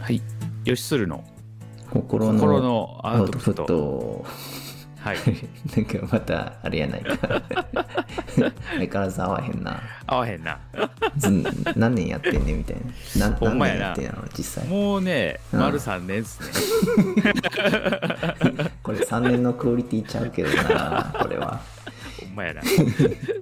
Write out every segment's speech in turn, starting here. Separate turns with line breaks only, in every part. はい。
吉鶴の
心の
心のア
ア
ウ
ウ
ト
ト
プ
プ
ッ
ッ
ト。
ト。
はい。
なんかまたあれやないか。 相変わらず合わへんな。
合わへんな。
ずん何年やってんねんみたいな。な
ほん
何
まや
年
な
やってんの実際。
もうね、
うん
丸3年っす ね。
これ3年のクオリティちゃうけどな、これは。
ほんまやな。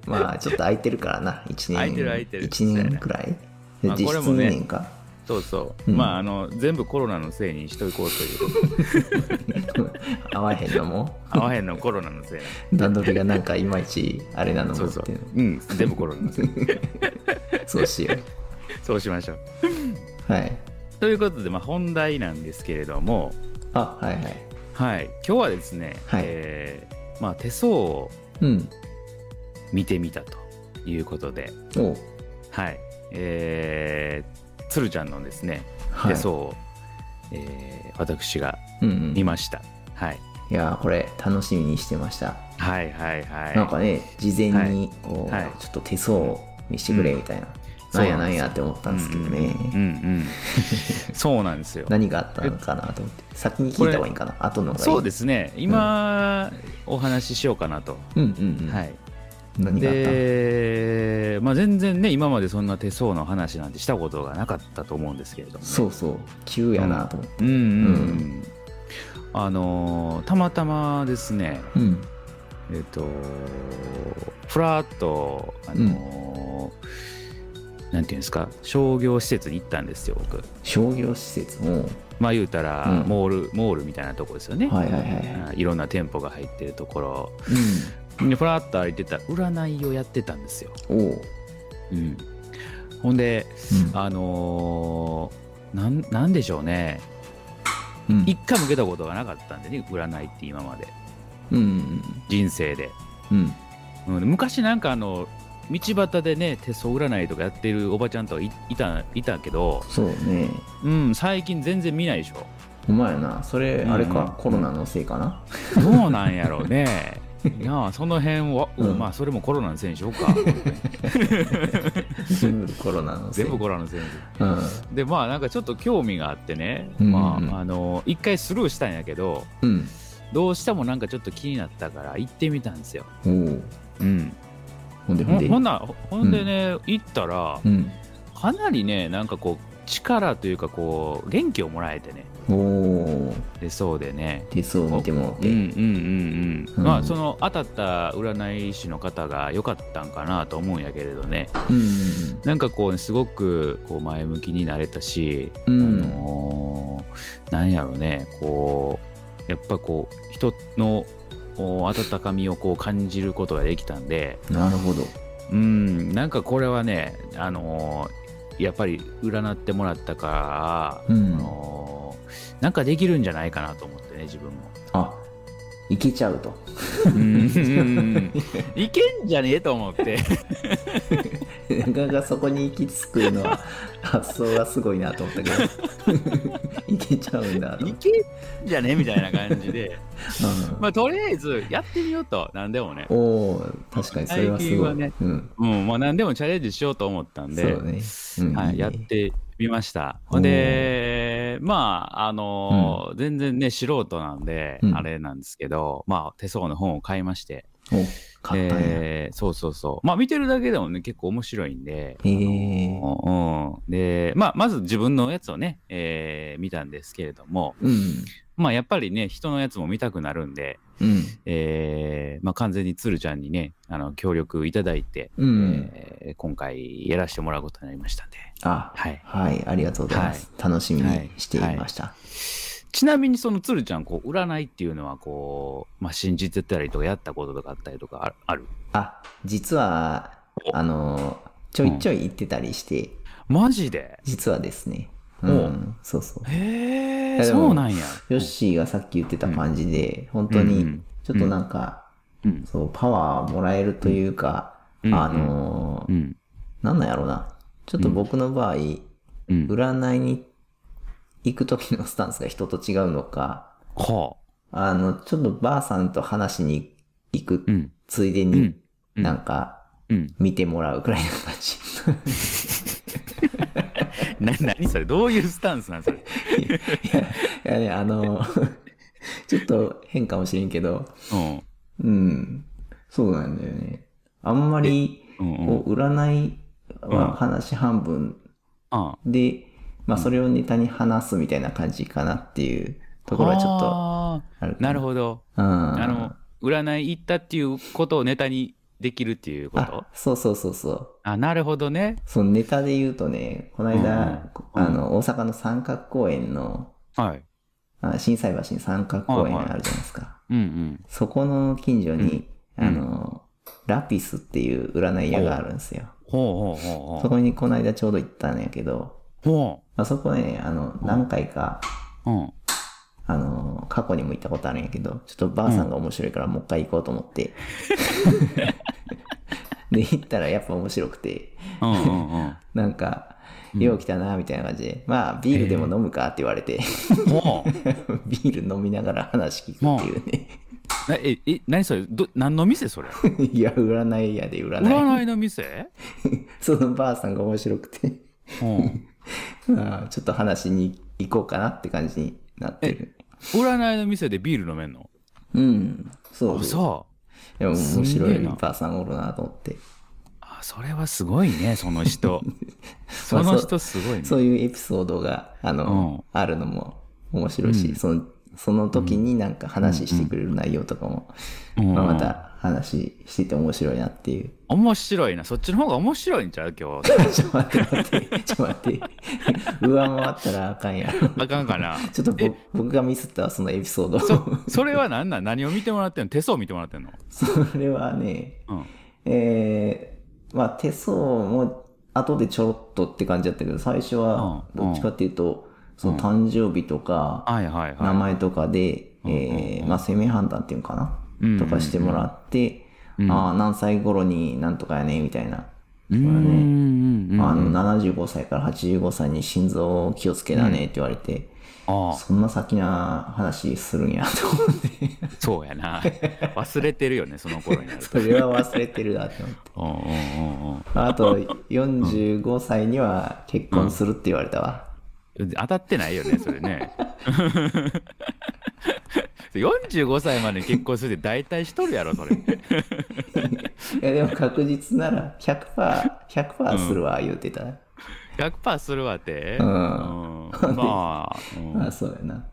まあちょっと空いてるからな、1年。
空いてる空いてる
1年くらい。で
まあ
実
これ
質
もね
2年か。
そうそう。
うん
まあ、あの、全部コロナのせいにしといこうという。
合わへんのも。
合わへんのコロナのせい
段取りがなんかいまいちあれなの
な。
も
そう
って
そう
いう。
うん、全部コロナの せい。
そうしよ
そうしましょう。
う。はい。
ということで、まあ、本題なんですけれども、
あ、はいはい。
はい。今日はですね、
はい
えーまあ、手相を
うん。
見てみたということで、
おう
はい。えー、鶴ちゃんのですね、
はい。
手相を、えー私が
うんうん、
見ました。はい。
いやーこれ楽しみにしてました、
はいはいはい。
なんかね事前にこう、
はい
ちょっと手相を見せてくれみたいな、
うん
なんやなんやって思ったんですけどね、
うんうん、 そうなんですよ。
何があったのかなと思って先に聞いた方がいいんかな後の方がいい
そうですね、今、お話ししようかなと。
うんうんうん、
はい、
何があったの
で、まあ、全然ね、今までそんな手相の話なんてしたことがなかったと思うんですけれども、
そうそう急やなと思って
うんうんうん
う
あのーたまたまですね、
うん、
えっ、と、ふらっと、あのーなんていうんですか、商業施設に行ったんですよ、僕。
商業施設も
まあ、言うたら、
うん
モール、モールみたいなとこですよね。
はいはいはい
あいろんな店舗が入ってるところ
う
でふらっと歩いてたら占いをやってたんですよ、
んおう、
うん、ほんで
うん
あのーなんなんでしょうね
うん
一回も受けたことがなかったんでね占いって今まで
うんうん
人生で、
うん
うん、昔なんかあの道端でね手相占いとかやってるおばちゃんとかいいたいたけど、
そうね
うん、最近全然見ないでしょ
お前やなそれあれか、
うん
コロナのせい かな
どうなんやろうねいやその辺は、うん
うん
まあそれもコロナのせいにしようか
全部コロナのせい
全部コロナのせいに
うん
でまあなんかちょっと興味があってね、
うん
まああの一回スルーしたんやけど
うん
どうしてもなんかちょっと気になったから行ってみたんですよ、
おう
うん、
ほんでほん
ほ
で
ほんなほんでね、行ったら
うん
かなりねなんかこう力というかこう元気をもらえてね
おお
でそうでね
手相を見てもらっ
うん
て、
うんうんうん、ま
う
あ
ん
その当たった占い師の方が良かったんかなと思うんやけれどね
うん
なんかこうすごくこう前向きになれたし、
うん
あのーなんやろうねこうやっぱこう人のお温かみをこう感じることができたんで
なるほど
うんなんかこれはねあのーやっぱり占ってもらったから、
うん
あのーなんかできるんじゃないかなと思ってね自分も。
あいけちゃうと
うんいけんじゃねえと思って。
なかなかそこに行き着く のは発想がすごいなと思ったけどいけちゃうんだと
い
思っ
けんじゃねえみたいな感じで。
たうん
まあ、とりあえずやってみようと何でもね、
おお確かにそれはす
最近
ご、
はいね
うん
うんまあ、何でもチャレンジしようと思ったん
そ
で、
うね、うん
はい
いいね
やってみましたほんでまああのー全然ね素人なんで、
うん
あれなんですけど、まあ、手相の本を買いまして
お買ったね
でそうそうそうまあ見てるだけでもね結構面白いんで。
えー
うん、で、まあ、まず自分のやつをね、えー見たんですけれども、
うん
まあ、やっぱりね、人のやつも見たくなるんで、
うん
えーまあ、完全に鶴ちゃんにねあの協力いただいて、
うん
えー今回やらせてもらうことになりましたんで、
あ
はい、
はいありがとうございます、楽しみにしていました、
ちなみにその鶴ちゃんこう占いっていうのはこう、まあ、信じてたりとかやったこととかあったりとかあある
あ実はあのちょいちょい行ってたりして、
マジで
実はですねう
お
んそうそう
へえ
で
そ
も
うなんや
ヨッシーがさっき言ってた感じで、本当にちょっとなんか、
うん
そうパワーもらえるというか、
うん
あのー
うん
なんなんやろうなちょっと僕の場合、
うん
占いに行く時のスタンスが人と違うのか
は
あのちょっとばあさんと話しに行く
あうん
ついで
う
に
んうん
なんか
うん
見てもらうくらいの感じ、
な何それどういうスタンスなんそれ、
いやね、あの、 ちょっと変かもしれんけど、
うん
うん。そうなんだよね。あんまり、
うんうん、
こう、占い
うん
は話半分
あ
で、まあ、それをネタに話すみたいな感じかなっていうところはちょっと
あ
ある
ーなる
ほ
ほど
ど。うん。
あの占い行ったっていうことをネタにできるっていうこと
あそうそうそうそう。
あなるほどね
そのネタで言うとね、この間、
うんうん
あの、大阪の三角公園の、
はい
あ震災橋に三角公園あるじゃないですか。
うん
そこの近所に、
うん
あの、ラピスっていう占い屋があるんですよ。
うんほうほうほ
そうこにこの間ちょうど行ったんやけど、
ほ
あそこね、あの、何回か、
ううん
あの、過去にも行ったことあるんやけど、ちょっとばあさんが面白いからもう一回行こうと思 って。で、行ったらやっぱ面白くて、
うんうんうん
なんか、よう来たな、みたいな感じで、まあ、ビールでも飲むかって言われて、
ほう
ビール飲みながら話聞くっていうね。
なええ何それど何の店 それ
いや、占い屋で占い。
占いの店
そのばあさんが面白くて、
うん
あーちょっと話に行こうかなって感じになってる。
占いの店でビール飲めんの
うん、そう
あそう
でも面
すん
白
げえ
い
な
ばあさんおるなと思って。
あそれはすごいねその 人その人すごいね
そういうエピソードが、あの、あるのも面白いし、その、その時になんか話してくれる内容とかも、
うん
まあ、また話してて面白いなっていう。
面白いなそっちの方が面白いんちゃう今 日
ちょっと待って待って、ちょっと待って。上回ったらあかんやろ。
あかんかな
ちょっとぼ僕がミスったわそのエピソード。
そそれは何なん何を見てもらってんの手相見てもらってんの
それはね、
うん
えー、まあ手相も後でちょろっとって感じだったけど、最初は
うん
どっちかっていうと、その誕生日とか、
はいはい
名
は
前とかで、えーまあ生命判断っていうのか
うんうんうん
なとかしてもらって、ああ、何歳頃になんとかやね、みたいな。
いうんうんうん
あの、75歳から85歳に心臓を気をつけなねって言われて、
ああ
そんな先な話するんやと思って、
そうや な忘れてるよね その頃になると
それは忘れてるなって思っ
う
て。
んうんうんうん
あと、45歳には結婚するって言われたわ。
当たってないよねそれね 45歳までに結婚するって大体しとるやろそれ
いや、でも確実なら100%、100%するわ、言うてた。
100%するわて、
ん
うんまあ、うん
あ、そうやな。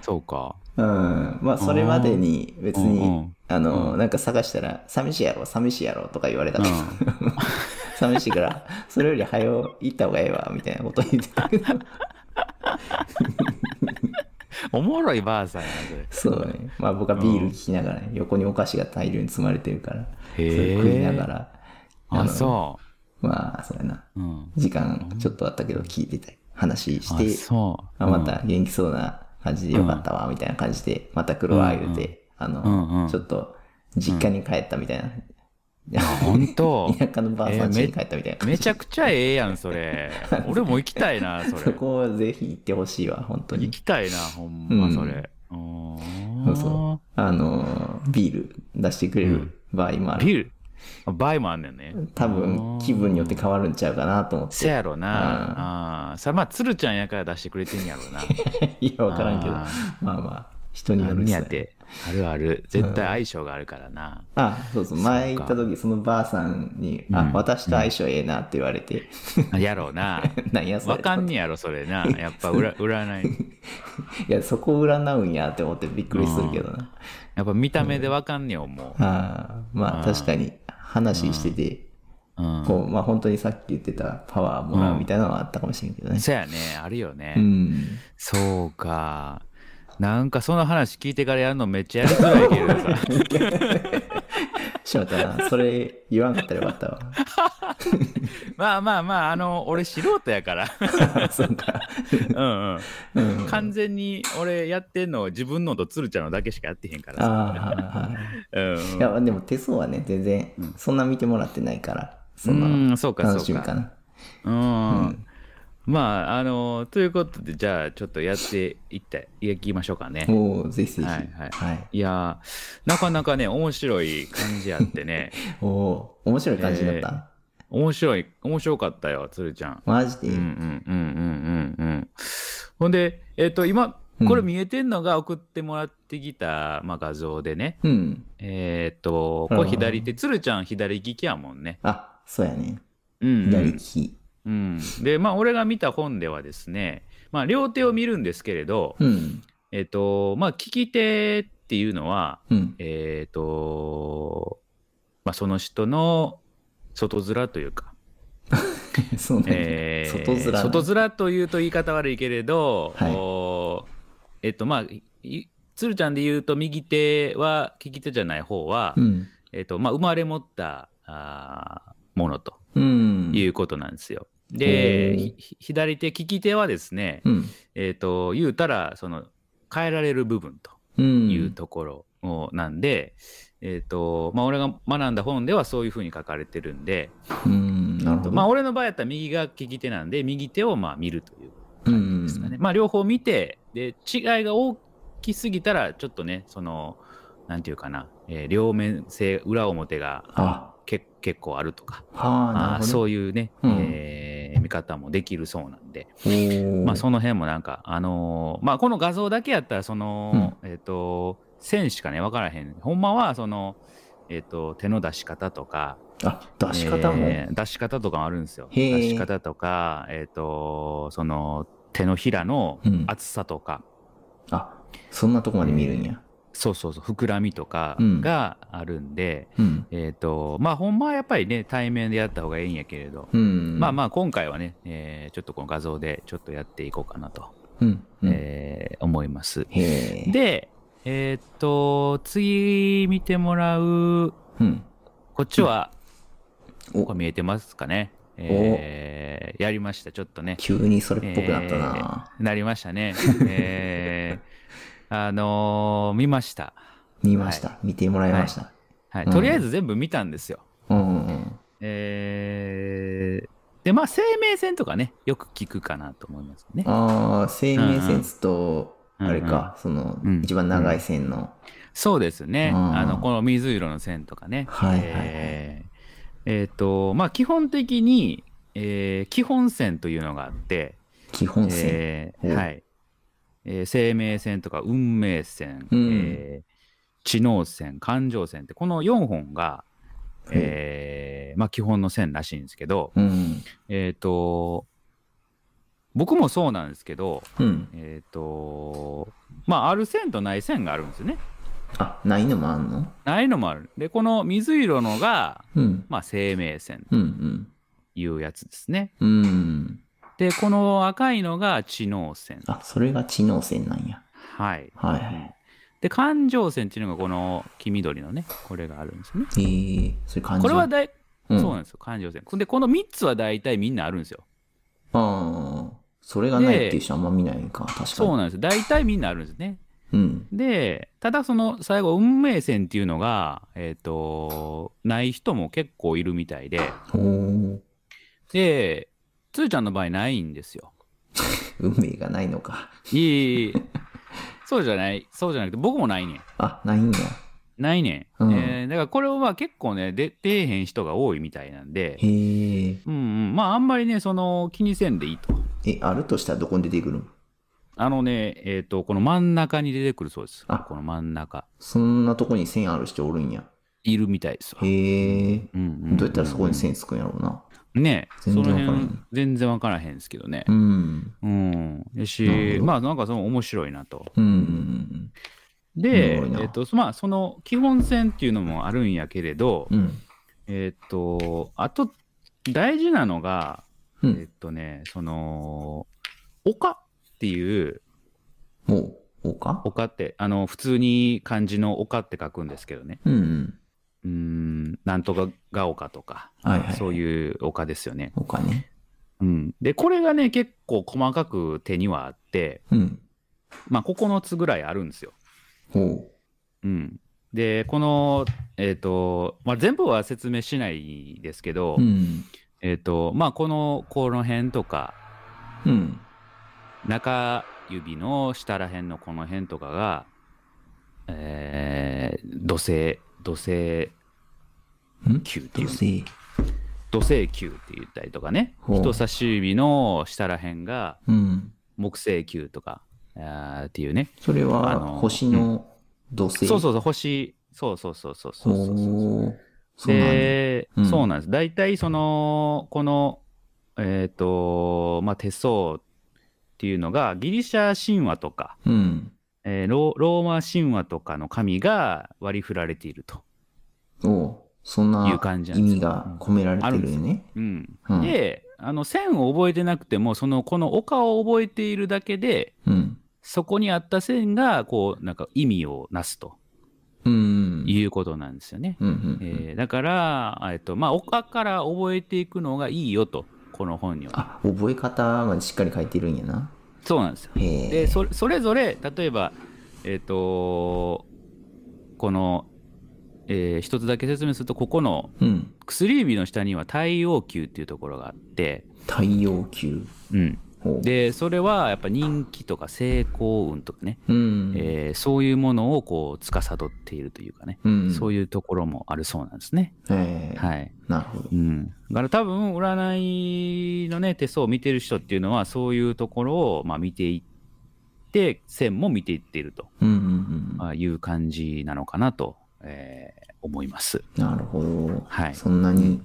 そうか
うん。まあ、それまでに別
う
に
ん、
あの、なんか探したら、寂しいやろ、寂しいやろとか言われたけど、 寂しいから、それより早う行った方がええわ、みたいなこと言って たけど、
おもろいばあさんやなそれ
そうね。まあ、僕はビール聞きながらね、横にお菓子が大量に積まれてるから、そ
へえ
れ食いながら、
あそ
まあ、そうやな。
う、うん、
時間ちょっとあったけど聞いてたり話し
あ
て
そう
あまた元気そうな感じでよかったわみたいな感じでまた来るわ言うてあ
うんう
の
ん
ちょっと実家に帰ったみたいな
本当
田舎のばあさん家に帰ったみたいな感
め
じ
ちゃくちゃええやんそれ俺も行きたいなそ
そ
れ
こはぜひ行ってほしいわ本当に
行きたいなほんま
うん
それ、うーん、
そうそうあのビール出してくれる場合もある
ビールあバイもあんねんね
多分気分によって変わるんちゃうかなと思っ
せ
て
やろな、ああーそれまあ鶴ちゃんやから出してくれてんやろうな
いやわからんけど
あ
まあまあ人による
何
し
やってあるある絶対相性があるからな、
あそうそう前行った時そのばあさんに「あ私と相性ええな」って言われて
やろうな
なんやそれ
わかんねやろそれなやっぱ占占い
いやそこを占うんやって思ってびっくりするけどな、
やっぱ見た目でわかんねや思
あーまあ確かに話してて、
う、うん、
こうまあ本当にさっき言ってたパワーもらうみたいなのはあったかもしれんけどね
そやねあるよね、
うん、
そうかなんかその話聞いてからやるのめっちゃやりづらいけどさ
しまったなそれ言わんかったらよかった わ
まあまあまああの俺素人やから
あそうか
うんうん、完全に俺やってんの自分のと鶴ちゃんのだけしかやってへんから
ああ
さ、
はいは
う
い
ん
いやでも手相はね全然そんな見てもらってないからそんな
うんそうか
楽
そ
し
う
み
か
かな
うん、まああのということでじゃあちょっとやっていっていきましょうかね
もうぜひぜひ
はいはい
はい、
いや ーなかなかね面白い感じやってね
おお面白い感じだった、
え面白い、面白かったよ、鶴ちゃん。
マジ
う
で、
んうんうんうんうんうん。ほんで、えっ、と、今、これ見えてんのが送ってもらってきた、まあ、画像でね。
うん。
えっ、と、これ
うん
左手、鶴ちゃん左利きやもんね。
あ、そうやね。
うん、う
左利
ん。
き。
うん、で、まあ、俺が見た本ではですね、まあ、両手を見るんですけれど、
うん。
えっ、と、まあ、利き手っていうのは、
うん。
えっ、と、まあ、その人の外面というか、
そうなんや
えー
外面な。
外面というと言い方悪いけれど、
はい
おーえっとまあい鶴ちゃんで言うと右手は利き手じゃない方は、
うん。
えっとまあ、生まれ持ったあーものと
うん。
いうことなんですよ。
へ
で
ー
ひひ左手利き手はですね、
うん。
えっと言うたらその変えられる部分と
うん。
いうところをなんで、えっとまあ、俺が学んだ本ではそういうふうに書かれてるんで。
うん。なるほど。
まあ、俺の場合やったら右が利き手なんで右手をまあ見るという
うん
感じですかね、まあ両方見てで違いが大きすぎたらちょっとねそのなんていうかな、えー両面性裏表が
あ、
け結構あるとか
はあ、
あ
な
ー
るほど。
そういうね、
うん
えー見方もできるそうなんで、
おー
まあその辺もなんかあのーまあこの画像だけやったらその、えっ、と線しかね分からへんほんまはそのえっ、と手の出し方とか
あ、出し方も。
えー出し方とかもあるんですよ。
へー
出し方とか、えっ、と、その手のひらの
うん
厚さとか、
あ、そんなとこまで見るんや。
そうそうそう、膨らみとか
うん
があるんで、
うん。
えっ、と、まあ、ほんまはやっぱりね、対面でやった方がいいんやけれど、
うん。
まあまあ、今回はね、えーちょっとこの画像でちょっとやっていこうかなと、
あ。うん。うん
えー思います。
へえ。、
で、えっ、と、次見てもらう、
うん。
こっちは、
うんお
ここ見えてますかね。えーやりました、ちょっとね。
急にそれっぽくなったな。
なりましたね。え ーあのー見ました。
見ました。見てもらいました。
はい、
うん
とりあえず全部見たんですよ。
うんうん
えーで、まあ、生命線とかね、よく聞くかなと思いますね
うん。。ああ、生命線と、
うんうん
あれか、その
うん、
一番長い線の。
そうですね。
うん
あの、この水色の線とかね。
はいはいはい
えーえーと、まあ、基本的に、えー基本線というのがあって、
基本線。
え
ほ
ー
う
はい。えー生命線とか運命線、
うん
えー知能線、感情線って、この4本が、
ほう
えーまあ、基本の線らしいんですけど、
うん。
えっ、と、僕もそうなんですけど、
うん。
えっ、と、まあ、ある線とない線があるんですよね。
あ、ないのもあんの
ないのもある。で、この水色のが、
うん。
まあ、生命線
うんうん。
というやつですね。
うん。
で、この赤いのが知能線。
あ、それが知能線なんや。
はい。
はいは
うん
い。
で、感情線っていうのがこの黄緑のね、これがあるんですよね。
えー、それ感じ
これはだい、
うん
そうなんですよ、感情線。で、この3つは大体みんなあるんですよ。
ああ、それがないっていう人あんま見ないか、確かに。
そうなんですよ。大体みんなあるんですね。
うん。
で、ただその最後、運命線っていうのが、えっ、と、ない人も結構いるみたいで、
おー
で、つーちゃんの場合ないんですよ。
運命がないのか。
いえいえいえそうじゃない、そうじゃなくて、僕もないねん。
あ、ないんだ。
ないねん。
うん
えーだからこれはまあ結構ね、出てへん人が多いみたいなんで、
へえ。
うんうん、まああんまりね、その気にせんでいいと。
え、あるとしたらどこに出てくるの
あのね、えっ、と、この真ん中に出てくるそうです。
あ
この真ん中。
そんなとこに線ある人おるんや。
いるみたいですわ。
へえ。
うんうんうん
どうやったらそこに線つくんやろうな。
ねそ
全
の
然わからへん
辺全然わからへんですけどね
う。ん。
うん。や
なる
し
ほ、ど
まあなんかその面白いなと。
うん。うん
で、え
おもろいな
っ、と、まあその基本線っていうのもあるんやけれど、
うん。うん
えっ、と、あと大事なのが、
う
えっ、
ん。
とね、その、丘っていう、
もう、おうか
丘って、あの、普通に漢字の丘って書くんですけどね。
うんうん。
うーん、なんとかが丘とか、
はいはい。
そう
う。
いう丘ですよね。
おかね。
うん、でこれがね結構細かく手にはあって、
うん。
まあ、9つぐらいあるんですよ。
ほ
うん、でこの、えーとまあ、全部は説明しないですけど、
う。うん。
えーとまあ、このこの辺とか
うん。
中指の下ら辺のこの辺とかが、えー土星土星
うん
球ってい
土
う
星。
土星球って言ったりとかね
ほう
人差し指の下らへんが
うん。
木星球とかあーっていうね
それ
あ
は
の
星の土星。
そうそうそう星そうそうそうそうそうそうそう
おーそうなんだ
で、
うん
そうなんです。大体、その、この、えっ、と、まあ、手相っていうのが、ギリシャ神話とか、
うん。
えーロローマ神話とかの神が割り振られていると。
おうそんな
いう感じな
意
んですよ
味が込められてるよね。
うん
うん
で、あの、線を覚えてなくても、その、この丘を覚えているだけで、
うん。
そこにあった線が、こう、なんか意味をなすと
うん。
いうことなんですよね。
うんうんうん
えーだから、えっと、まあ、丘から覚えていくのがいいよと、この本には。
あ、覚え方までしっかり書いてるんやな。
そうなんですよ。
へ
で
え。
そそれぞれ例えばえっ、とこの、えー一つだけ説明するとここの
うん。
薬指の下には太陽球っていうところがあって、
太陽球。
うん、
ほう
でそれはやっぱ人気とか成功運とかね、
うん。
えーそういうものをこう司っているというかね、
うん。
そう
いう。
いうところもあるそうなんですね。
えー
はい
なるほど。
うん、だから多分占いのね手相を見てる人っていうのはそういうところをまあ見ていって線も見ていっていると
うんうん
あいう感じなのかなと、えー思います。
うん。なるほど。
はい
そんなに、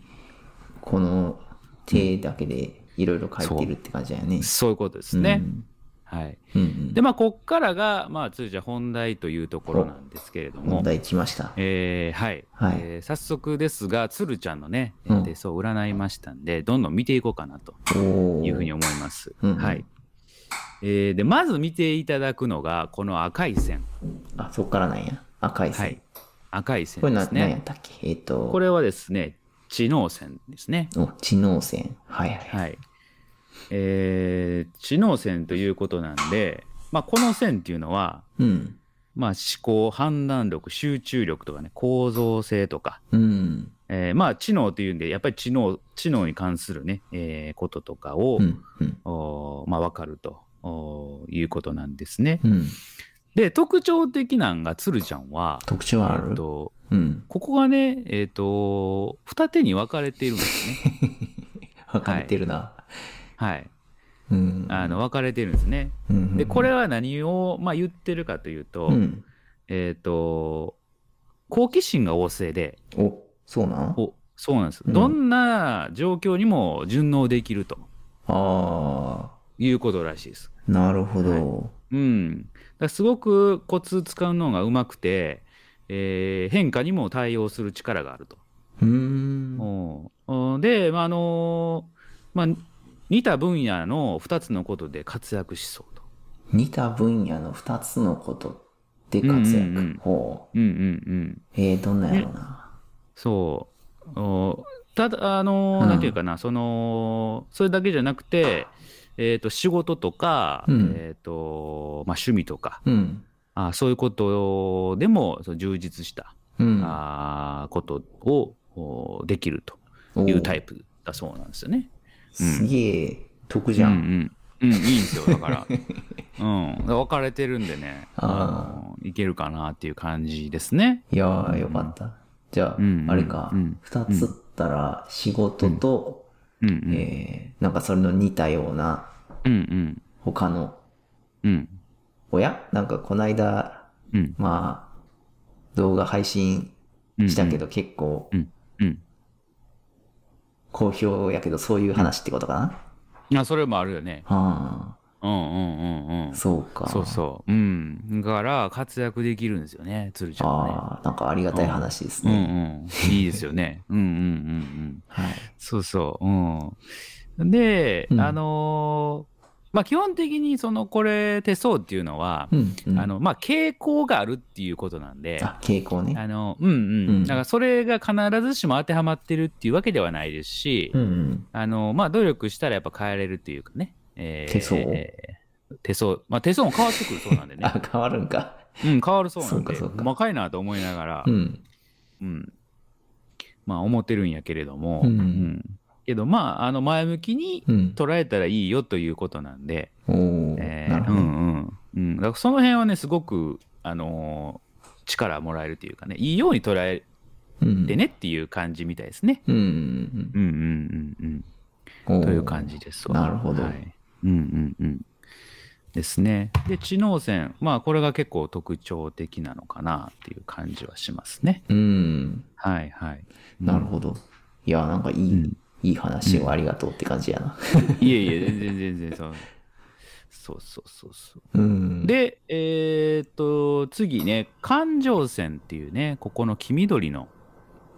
この手だけでいろいろ書いてるって感じやね。
そういうことですね。
うん。
はい、
うんうん
で、まあ、こっからが、まあ、通常本題というところなんですけれども
問、題来ました。
えーはい
はい
えー早速ですが、鶴ちゃんのね、え
うん
ー手相を占いましたんで、どんどん見ていこうかなと
おお。
いうふうに思います。
うん
はいえーでまず見ていただくのが、この赤い線。
あ、そっからなんや。赤い線。
はい、赤い線
これ
で
な、
す
何やっ
ね。
たっけえっ、と、
これはですね、知能線ですね。
お、知能線。はいはい。
はい。えー知能線ということなんで、まあ、この線っていうのは、
うん。
まあ、思考、判断力、集中力とかね、構造性とか、
うん。
えーまあ、知能というんで、やっぱり知能、知能に関するね、えーこととかを、
うん。うん。
おーまあ、わかるとおーいうことなんですね。
うん。
で、特徴的なんが、鶴ちゃんは、
特徴はあ
え
る、
ーと
うん。
ここがね、えっ、と、二手に分かれているんです ね。
分かれてるな。
はい。
うん。
あの、分かれてるんですね。
うんうんうん、
でこれは何を、まあ、言ってるかというと,、
うん。
えっ、と好奇心が旺盛で
お、そうなん
おそうなんです、
うん
どんな状況にも順応できると
あ
いうことらしいです。
あ、なるほど。
はいうん、だからすごくコツ使うのがうまくて、えー変化にも対応する力があると。
うーん。
おうで、まああのまあ、似た分野の2つのことで活躍しそうと。
似た分野の二つのことで活躍。
うんうんうん
ほう。
うんうんうん
えー、どんなんやろうな。
そう。おただ、あのー
うん
なんていうかな、その、それだけじゃなくて、えっ、と、仕事とか、
うん
えっ、と、まあ、趣味とか、
うん。
あそういうことでも、その充実した、
うん。
あーことをおできると
お
いうタイプだそうなんですよね。
すげえ、得じゃん。
うんうん。うん、いいんですよ、だ から。うん。分かれてるんでね、
あ
のいけるかなっていう感じですね。
いやー、よかった。じゃあ、
うんうん
あれか
うん、
二、つったら、仕事と、
うんうん。
えー、なんかそれの似たような、
うんうん。
他の、
うん。
おやなんかこないだ、
うん。
まあ、動画配信
うん
したけど、結構
うん。うん。
好評やけど、そういう話ってことかな、
いや、それもあるよね。
は
うんうんうんうん。
あ、
そ
そうか。
うそう。うん。だから、活躍できるんですよね、鶴ちゃんは
ああ、なんかありがたい話です
ね。う
ね。
んうん。いいですよね。うんうんうんうん。
はい。
そうそう。うん。で、
うん
あのーまあ、基本的に、その、これ、手相っていうのは
う、ん、うん。
あ、の、まあ、傾向があるっていうことなんで、
あ、傾向ね。
あの、うんう。
うんん
だから、それが必ずしも当てはまってるっていうわけではないですし、
うん、うん。
あの、まあ、努力したらやっぱ変えれるっていうかね。えー
手相
えー手相。まあ、手相も変わってくるそうなんでね。
あ、変わるんか。
うん、変わるそうなんで、
そうかそうか
細かいなと思いながら、う。
うんん。
まあ、思ってるんやけれども、
うん
けど、まあ、あの、前向きに
うん。
捉えたらいいよということなんで、
おお、
えー
なるほ
う
ど。
んうん。うん。だから、その辺はね、すごく、あのー力もらえるというかね、いいように捉え
うん。
でねっていう感じみたいですね。
うんうん
うんうんうん
うん。
うん。
おー
という感じですわ。
なるほど
はいうんうんうん。ですね。で、知能線。まあ、これが結構特徴的なのかなっていう感じはしますね。
うん。
はいはい。
なるほど。いや、なんかいい、
うん
いい話をありがとうって感じやな。
いえいえ、全然全然そう。そうそうそうそう。
うん。、
で、えーっと、次ね、環状線っていうね、ここの黄緑の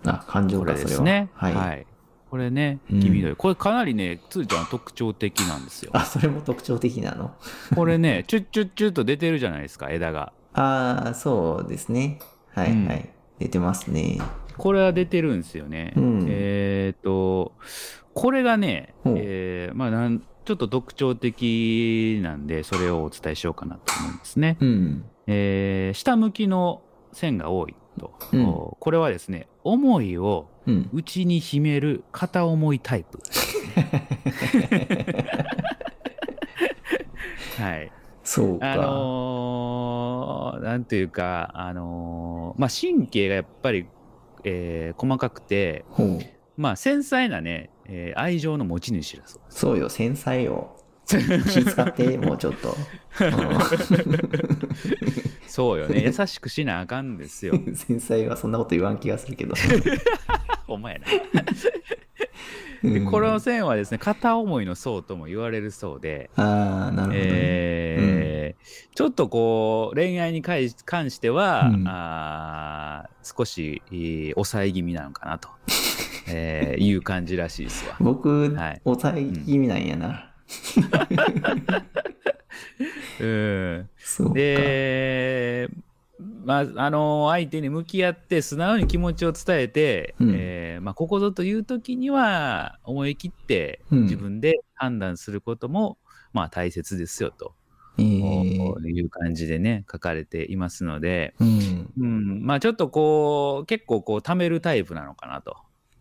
あ、感情
これ
か、
で
それ
す
は。
ね。
はい。
これね、
うん
黄緑。これかなりね、つーちゃん特徴的なんですよ。
あ、それも特徴的なの。
これね、チュッチュッチュッと出てるじゃないですか、枝が。
ああ、そうですね。はい
うん
はい。出てますね。
これは出てるんですよね。
うん
えーっと、これがね、
ほう
えーまあなん、ちょっと特徴的なんで、それをお伝えしようかなと思うんですね。
うん。
えー下向きの線が多いと、
うん
おこれはですね思いを
うん。
内に秘める片思いタイプ はい
そうか。
あのーなんというかあのーまあ神経がやっぱり、えー細かくて
ほう。
まあ繊細なね、えー愛情の持ち主だそう
そうよ、繊細よ。気使って、もうちょっと。
そうよね優しくしなあかんですよ
うん 繊細はそんなこと言わん気がするけど。
お前ら でこの線はですね片思いの層とも言われるそうで、
ああ、なるほど、ね
えーちょっとこう恋愛に関し関しては、
うん
あー少し、えー抑え気味なのか なと、えーいう感じらしいですわ。
僕、
はい
抑え気味なんやな。
うん、
そうか。
で、まああの相手に向き合って素直に気持ちを伝えて、
うん
えーまあ、ここぞという時には思い切って
うん
自分で判断することも、まあ、大切ですよと。
えー
いう感じでね書かれていますので、
うん。
うん、まあちょっとこう結構こう貯めるタイプなのかなと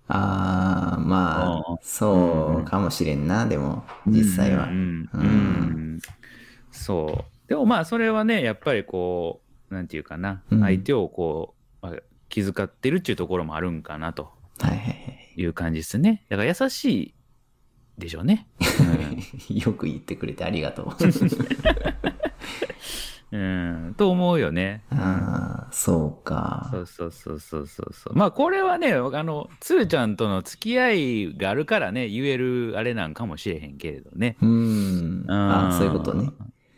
ああ、まあ
うん、
そうかもしれんな、でも、実際は
う。ん
う
う
ん
んそうでもまあそれはねやっぱりこうなんていうかな、
うん
相手をこう、まあ、気遣ってるっていうところもあるんかなと
はいはいはい。
いう感じですねだから優しいでしょう ね、
よく言ってくれてありが とう。
うんうんと思うよね、
ああ、そうか。
そうそうそうそうそうそう。まあこれはね、あの、つーちゃんとの付き合いがあるからね、言えるあれなんかもしれへんけれどね。
うーん。あ
ん
そういうことね。。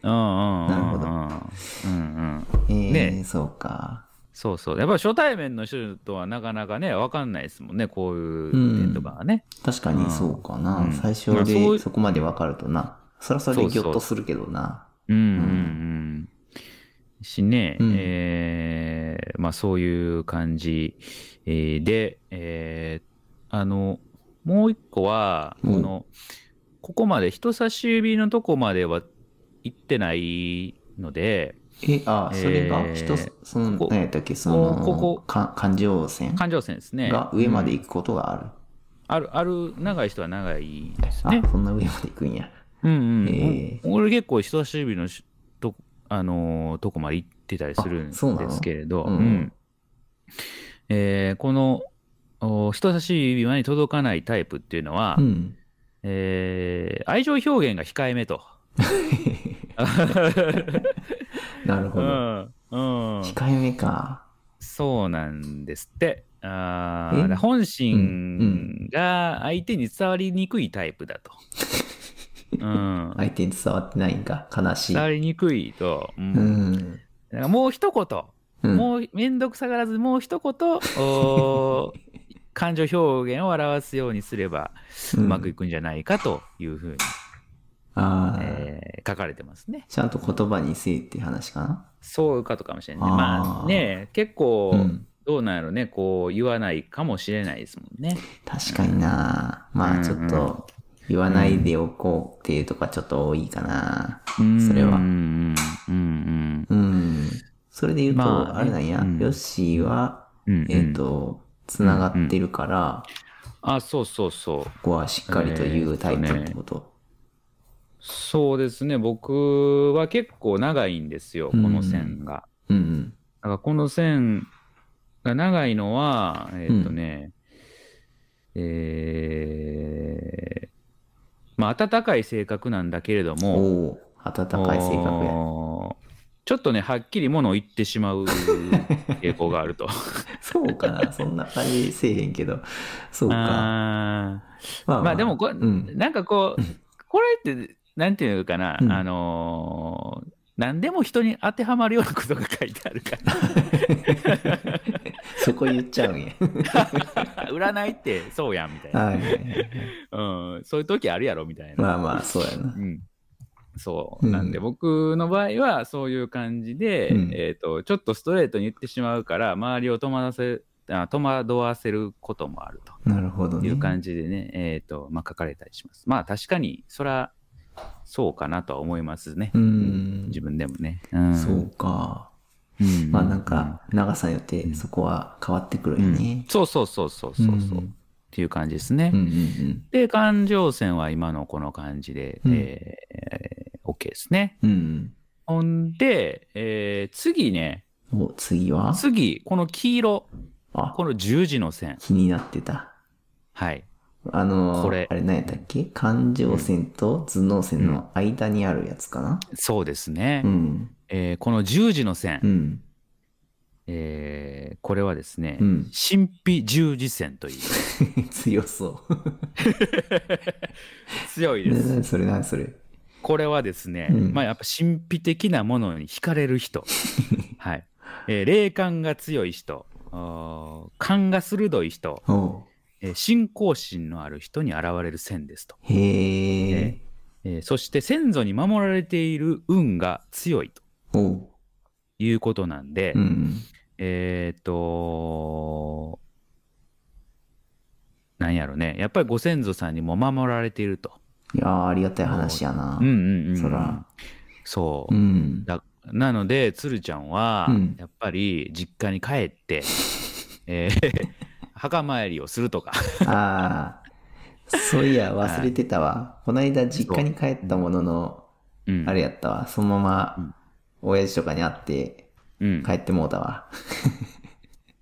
うんうんうんうん。
なるほど
うんうん。
えー、
ね
そうか。
そうそう。やっぱ初対面の人とはなかなかね、わかんないですもんね、こういう点とかはね。
確かにそうかな。
うん
最
ま
初
あそう
でそこまでわかるとな。そらそれでギョッとするけどな。
うんうんうん。しね、
うん
えーまあそういう感じえーで、えーあの、もう一個は、
うん
この、ここまで人差し指のとこまでは行ってないので、
え、あ、それが
えー
人、その、
ここ
何やったっけ、その、
ここ
か環状線
環状線ですね。
が上まで
うん
行くことがある。
ある、ある、長い人は長いですね
あ、。そんな上まで行くんや。
うんうん。
えー
お俺結構人差し指のしと、あのーとこまで行ってたりするん
あ
で
そうなの
すけれど、
うん
えーこのお人差し指まで届かないタイプっていうのは、
うん。
えー愛情表現が控えめと。
なるほ
う
ど。
ん、うん、
控えめか。
そうなんですって。あ
え
ーだから本
うん
心が相手に伝わりにくいタイプだと。 うん、
相手に伝わってないんか。悲しい
伝。わりにくいと。うん
うん。
だからもう一言。
うん
もう面倒くさがらずもう一 言おー感情表現を表すようにすればう
うん
まくいくんじゃないかというふうに、
ああ、
えー書かれてますね。
ちゃんと言葉にせえって話かな。
そういうことかもしれない。
あー
まあね結構
うん
どうなんやろねこう言わないかもしれないですもんね。
確かになま
う
あ
ん
ちょっと言わないでおこうっていうとかちょっと多いかな
そ
れは
うんうん
うんそれで言う
まあ
とあれなんや、
うん
ヨッシーは
うんうん
えっ、とつながってるから
あそうそうそう
ここはしっかりと言うタイプってこと、
そうですね僕は結構長いんですよこの線が。
うん
だからこの線が長いのは、えーっとね、えーまあ、温かい性格なんだけれど
お
も、
お温かい性格や。
おーちょっとね、はっきりものを言ってしまう傾向があると。
そうかな、そんな感じせえへんけど。そうか。
あ
ま
ーまあでもこれ、
うん。
なんかこう、これって、なんていうかな、
うん
あのー何でも人に当てはまるようなことが書いてあるか
そこ言っちゃうんや。
ら、 占いってそうやんみたいな、
はいはいはい。
うん、そういう時あるやろみたいな。
まあまあ、そうやな
う。ん、そうう。
ん
なんで、僕の場合は、そういう感じで、
うん
えっ、と、ちょっとストレートに言ってしまうから、周りを戸惑わせ、あ戸惑わせることもある
なるほど
と
ね。
いう感じでね、えっ、と、まあ、書かれたりします。まあ、確かに、そら、そうかなとは思いますね。
うん
自分でもね。うん、
そうか。
うん
まあなんか、長さによってそこは変わってくる
う
よ
ん、
ね。
そうそうそうそうそうそう。
う
っ
ん
ていう感じですね。
うんうん
で、感情線は今のこの感じで、
うん
えー、OK ですね。
うん。
ほんで、えー次ね、
うん。お、次は
次、この黄色、
あ、
この十字の線。
気になってた。
はい。
あの
これ
ー、あれ何やったっけ環状線と頭脳線の間にあるやつかな
そうですね。
うん。
えーこの十字の線、
うん。
えーこれはですね、
うん。
神秘十字線 という。
強そう。
強いです。
何それ何それ。
これはですね、
うん
まあやっぱ神秘的なものに惹かれる 人。はい。えー霊感が強い人。あー勘が鋭い人、
おう
えー信仰心のある人に現れる線ですと。
へえ
ね。えーそして先祖に守られている運が強いと
おう。
いうことなんで、
うん。
えーっと、なんやろね、やっぱりご先祖さんにも守られていると。
いやーありがたい話やな
うん。うんうん。
そら。
そう
う。ん。
だなので、鶴ちゃんは
うん、
やっぱり実家に帰っ て、えー 墓参りをするとか。
ああ、そういや、忘れてたわ。こないだ実家に帰ったものの、
うん
あれやったわ。そのまま、親父とかに会って
うん
帰ってもうたわ。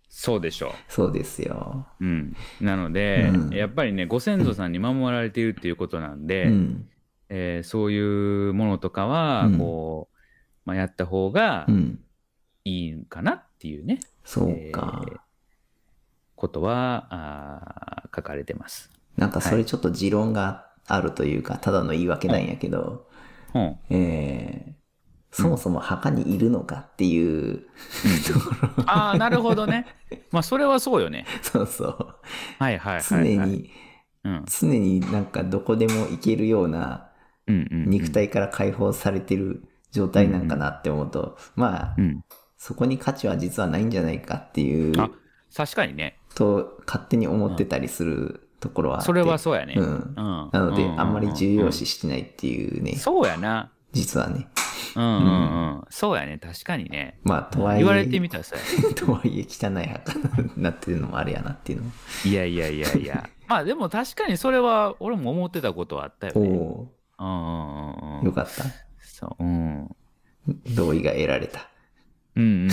そうでしょ
そうですよ。
う。うん。なので
うん、
やっぱりね、ご先祖さんに守られているっていうことなんで、
うん。
えーそういうものとかは
うん、
こう、まあ、やった方が
うん。
いいんかなっていうね、
そうか
え。ーことはあー書かれてます。
なんかそれちょっと持論があるというか、ただの言い訳なんやけど、
うん、
えー、そもそも墓にいるのかっていう、
ああ、なるほどね。まあ、それはそうよね。
そうそう。
はいはいは
常
い、はい。
に、
うん
常になんかどこでも行けるような、
うんうんうん
肉体から解放されてる状態なんかなって思うと、まあ、
うん。
そこに価値は実はないんじゃないかっていう
あ確かにね。
と勝手に思ってたりするところはあって
それはそうやね。
うん
うん
なので、
ううう
あんまり重要視してないっていうね、
そうやな。
実はね
うんうんうん。そうやね。確かにね。
まあとはいえ
言われてみたらそうやね
とはいえ汚い墓になってるのもあれやなっていうのも
いやいやいやい や。まあでも確かにそれは俺も思ってたことはあったよ
お
ね。う
お
んうんうん
ー
う
よ
ん。
かった
そう。うん。うん
同意が得られた
うんうん。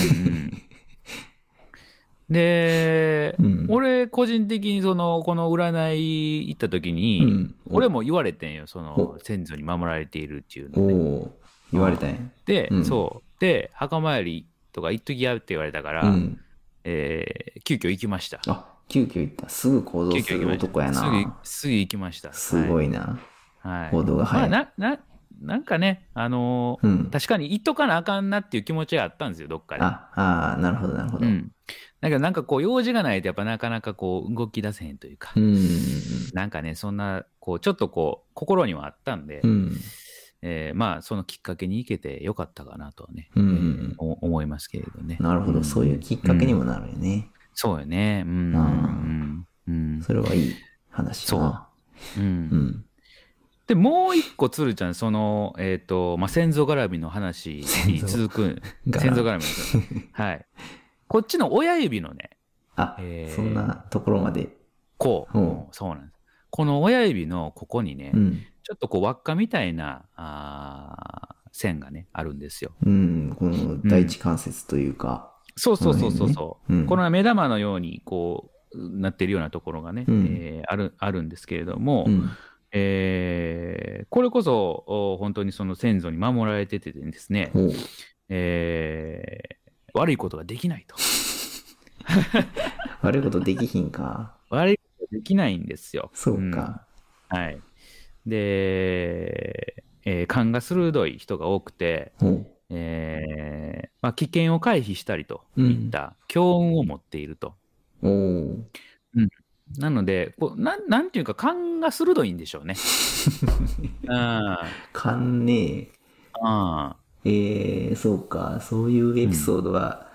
で、
うん
俺個人的にその、この占い行った時に、
うん
俺も言われてんよ、その
お、
先祖に守られているっていう
お
ので。
お言われたね
で、
うん
そう。で、墓参りとか一時やるって言われたから、
うん
えー急遽行きました。
あ急遽行ったすぐ行動
急
す
遽行き
る
ました
男や
すぐ
な
すぐ行きました。
すご
い。
いな、
はい。
行動が早い
まあ、な、な、なんかね、あのー
うん
確かに行っとかなあかんなっていう気持ちがあったんですよ、どっかで。
ああーなるほどなるほ
う
ど
ん。だけどなんかこう、用事がないとやっぱなかなかこう、動き出せへんというか、
うん
なんかね、そんな、こう、ちょっとこう、心にはあったんで、
うん
えーまあ、そのきっかけに行けてよかったかなとはね、
うんう
え
ん
ーお思いますけれどね。
なるほど、そういうきっかけにもなるよね。
そうよね。うん。
あ
うんうん
それはいい話やな。
うん
うん。
で、もう一個、鶴ちゃん、その、えっ、と、まあ、先祖絡みの話に続く、
が
先祖絡みですよ。はい。こっちの親指のね、
あ、
えー
そんなところまで。
こう、
ほ
そうなんです。この親指のここにね、
うん。
ちょっとこう輪っかみたいなあー線がね、あるんですよ。
うん、この第一関節というか。
そうそうそうそうそう、
うん
この目玉のようにこうなってるようなところがね、
うん
えーあるあるんですけれども、
うん
えーこれこそお本当にその先祖に守られててですね、
ほう
えー悪いことができないと
悪いことできひんか。
悪いことができないんですよ。
そうか。
うんはい、で、えー勘が鋭い人が多くて、
ほう
えーまあ、危険を回避したりといった強運を持っていると。
おー
なのでこうなん、なんていうか、勘が鋭いんでしょう ね。あ
かんね
あ、
え。えー、そうか。そういうエピソードは、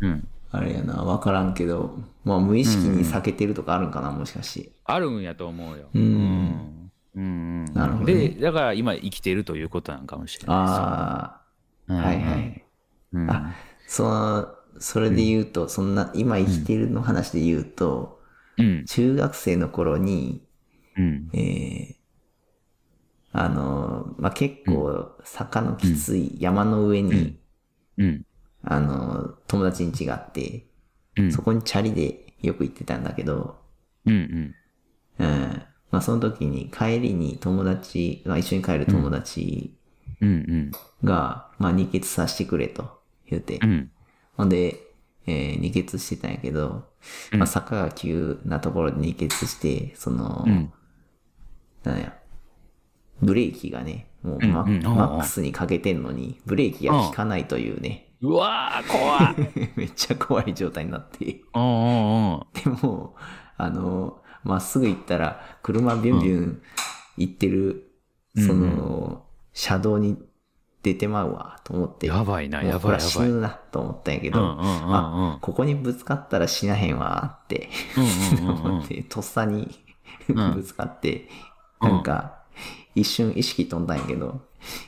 うん。
あれやな、わからんけど、まあ無意識に避けてるとかあるんかな、もしかして。
あるんやと思うよ。
うん
うんうん
なるほどね
で、だから今生きているということなのかもしれな
あ
いで
あ、
すよ。
はいはい。
うん。うん
あその、それで言うと、そんな、今生きてるの話で言うと、
うん。
中学生の頃に、
うん。
えーあの、まあ、結構、坂のきつい山の上に、
うんうん。
あの、友達ん家があって、
うん。
そこにチャリでよく行ってたんだけど、
うん。うん。
うん。まあ、その時に帰りに友達、まあ、一緒に帰る友達
うん。
が、まあ、二血させてくれと言うて
う、ん。
ほんで、えー二血してたんやけど、
うん
まあ、坂が急なところで二血して、その、
うん。
なんや、ブレーキがね、もうマ,、
うんうん
マックスにかけてんのに、ブレーキが効かないというね、
うわー、怖 い。
めっちゃ怖い状態になって、
おんおんお
でも、あの、まっすぐ行ったら、車ビュンビュン行ってる、
うん
その、
うん
車道に出てまうわ、と思って。
ん。やばいな、
もう
や
こ
ばい
れ
や
死
ばい。うん
ぬな、と思ったんやけ
う
ど、
んうんうん
あ、ここにぶつかったら死なへんわ、って。
うんうんうんう
思
ん
って、 とっさに
うん
ぶつかって、
うん
なんか、一瞬意識飛んだんやけど、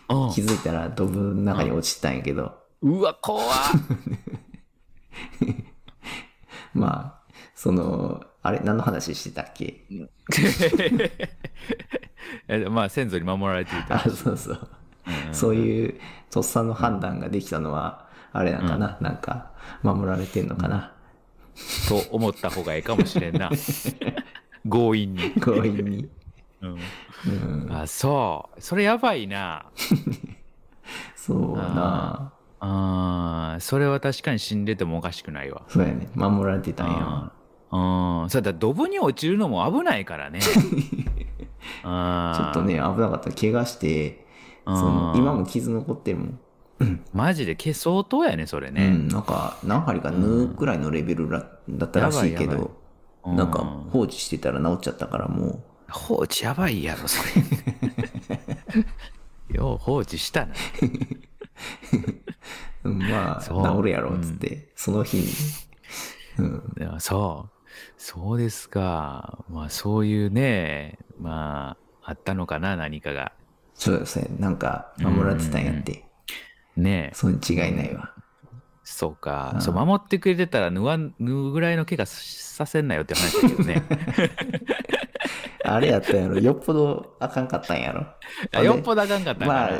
うん
気づいたらドブの中に落ちてたんやけど、
うわ、怖い。
まあ、その、あれ、何の話してたっけ
えまあ、先祖に守られていた。
あ、そうそ
う
う。
ん
そういうとっさの判断ができたのは、あれなんかな、なんか、守られてんのかな。
と思った方がええかもしれ んな。強引に。
強引に。
うん
うん、
あ、そう。それやばいな。
そうやな。
あーそれは確かに死んでてもおかしくないわ。
そうやね。守られてたんや。
うん。そうだ、ドブに落ちるのも危ないから ね。あー
ちょっと。ね、危なかった。怪我して、その
うん
今も傷残ってるもん。
マジで、け相当やね、それ
う
ね。
ん、なんか何針か縫うくらいのレベルらだったらしいけ
やばいや
ど、
う
なんか放置してたら治っちゃったからも
放置やばいやろ、それ。よう放置したな。
う、うんまあ
そう
治るやろっつって、その日に、うん、
いやそう。そうですか。まあ、そういうね、まあ、あったのかな、何かが。
そうですねなんか守られてたんやって、
ね
それに違いないわ
そう
う
か。
ん
そう、守ってくれてたら、縫わん、縫うぐらいの怪我させんなよって話だけどね。
あれやったんやろよっぽどあかんかったんやろ
あよっぽどあかんかったんかな
まあ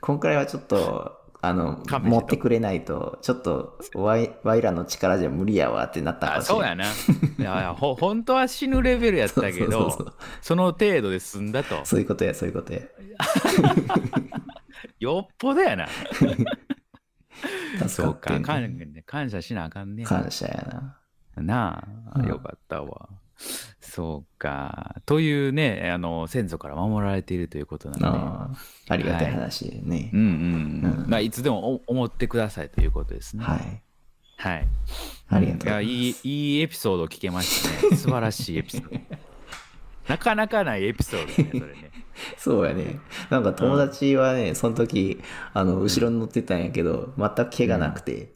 こんくらいはちょっとあの
勘弁してと
持ってくれないとちょっとわいわいらの力じゃ無理やわってなったか
あ
もしれ
そう
ない
やな。いやいや、ほ、本当は死ぬレベルやったけ
そうそうそうそ
ど
う、
その程度で済んだと。
そういうことやそういうことや
よっぽどやな。
助
そう
か
か。
ってん
感感謝しなあかんね。
感謝やな
な
うん
あ、よかったわ。そうか。というね、あの、先祖から守られているということなの
ああありがたい話でね
で、う。んうん、
う
うんん。まあ、いつでもお思ってくださいということですね。
はい。
はい。
ありがとう
い
ご
や
ざい
いい、いいエピソード聞けましたね。素晴らしいエピソード。なかなかないエピソードね、それね。
ます。そうやね。なんか友達はね、その時、あの、後ろに乗ってたんやけど、全く怪我なくて、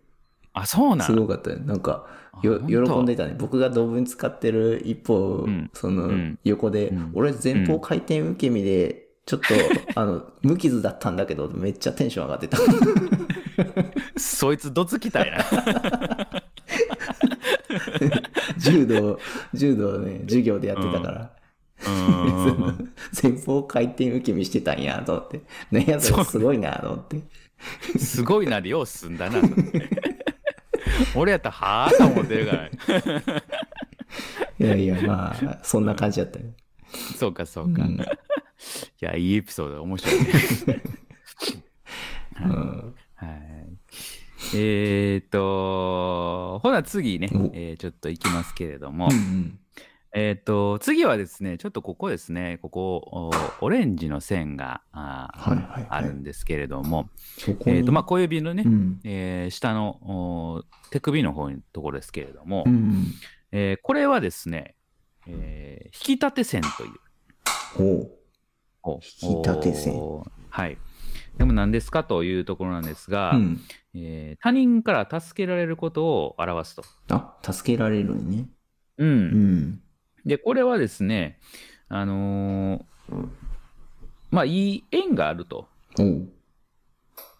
あ、そうな
す
ん
ごかったよ。なんか、よ
あ本当
喜んでたね。僕が動物に使ってる一方
ん、
そうの
ん
横で
ん、
俺前方回転受け身で、ちょっと、 あの、無傷だったんだけど、めっちゃテンション上がってた。
そいつどつきたいな。
柔道、柔道ね、授業でやってたから。
う ん。
前方回転受け身してたんやと思って。ねやそれすごいなと思って。
すごいなでよう進んだな。俺やったら、はぁと思ってるから。
いやいや、まあ、そんな感じだったよ。
そうか、そう
う
か。い
ん。
や、いいエピソード、面白いね。
うん
はい。えーっと、ほな次ね
お、
えーちょっといきますけれども
う、ん
えーっと、次はですね、ちょっとここですね、ここ、おオレンジの線があー
はいはいはい
あるんですけれども、
そこ
え
に。
ーっと、まあ、小指のね
う、ん。
えー下のお手首の方のところですけれども
う、ん。
えーこれはですね、えー引き立て線という。
ほ
お
引き立て線
おはい。でも何ですかというところなんですが、
う。うん。
えー他人から助けられることを表すと。
あ、助けられるね。
う。
うんん。
で、これはですね、あのーまあ、いい縁があると。
おう。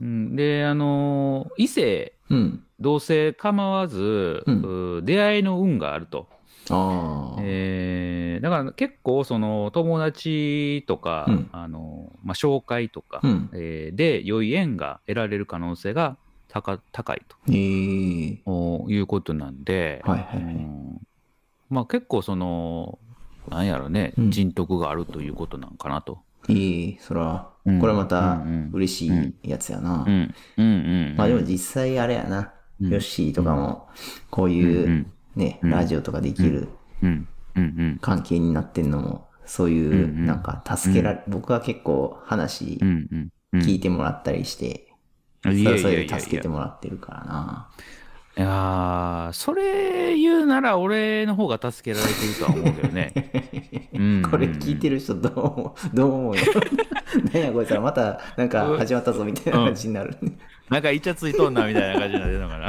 うん、で、あのー異性、
うん。
同性構わず、
うん
うー出会いの運があると。
ああ。
えーだから結構、その、友達とか、
うん
あのーまあ、紹介とか、
うん。
えーで、良い縁が得られる可能性が高高いと。
えー。
おいうことなんで、
はいはいうはい。
んまあ結構その、なんやろね、
うん
人徳があるということなんかなと。
ええ、そら
うん、
これまた
うんうん
嬉しいやつやな
う。ん。うんうん。
まあでも実際あれやな。
うん
ヨッシーとかも、こう
うん
いううんね、
うん
ラジオとかできる
うんうん
関係になってんのも、そうい
うんう
う、
ん
なんか助けられ、僕は結構話
うんうんうんうん。
聞いてもらったりして、
いやいやい
それそ
や
れ
い
で
や
助けてもらってるからな。
いやーそれ言うなら俺の方が助けられてるとは思うけど ね。うん
これ聞いてる人どう思う、 どう思うよ。 何やこいつら、またなんか始まったぞみたいな感じになるね。
なんかイチャついとんなみたいな感じになってるのかな。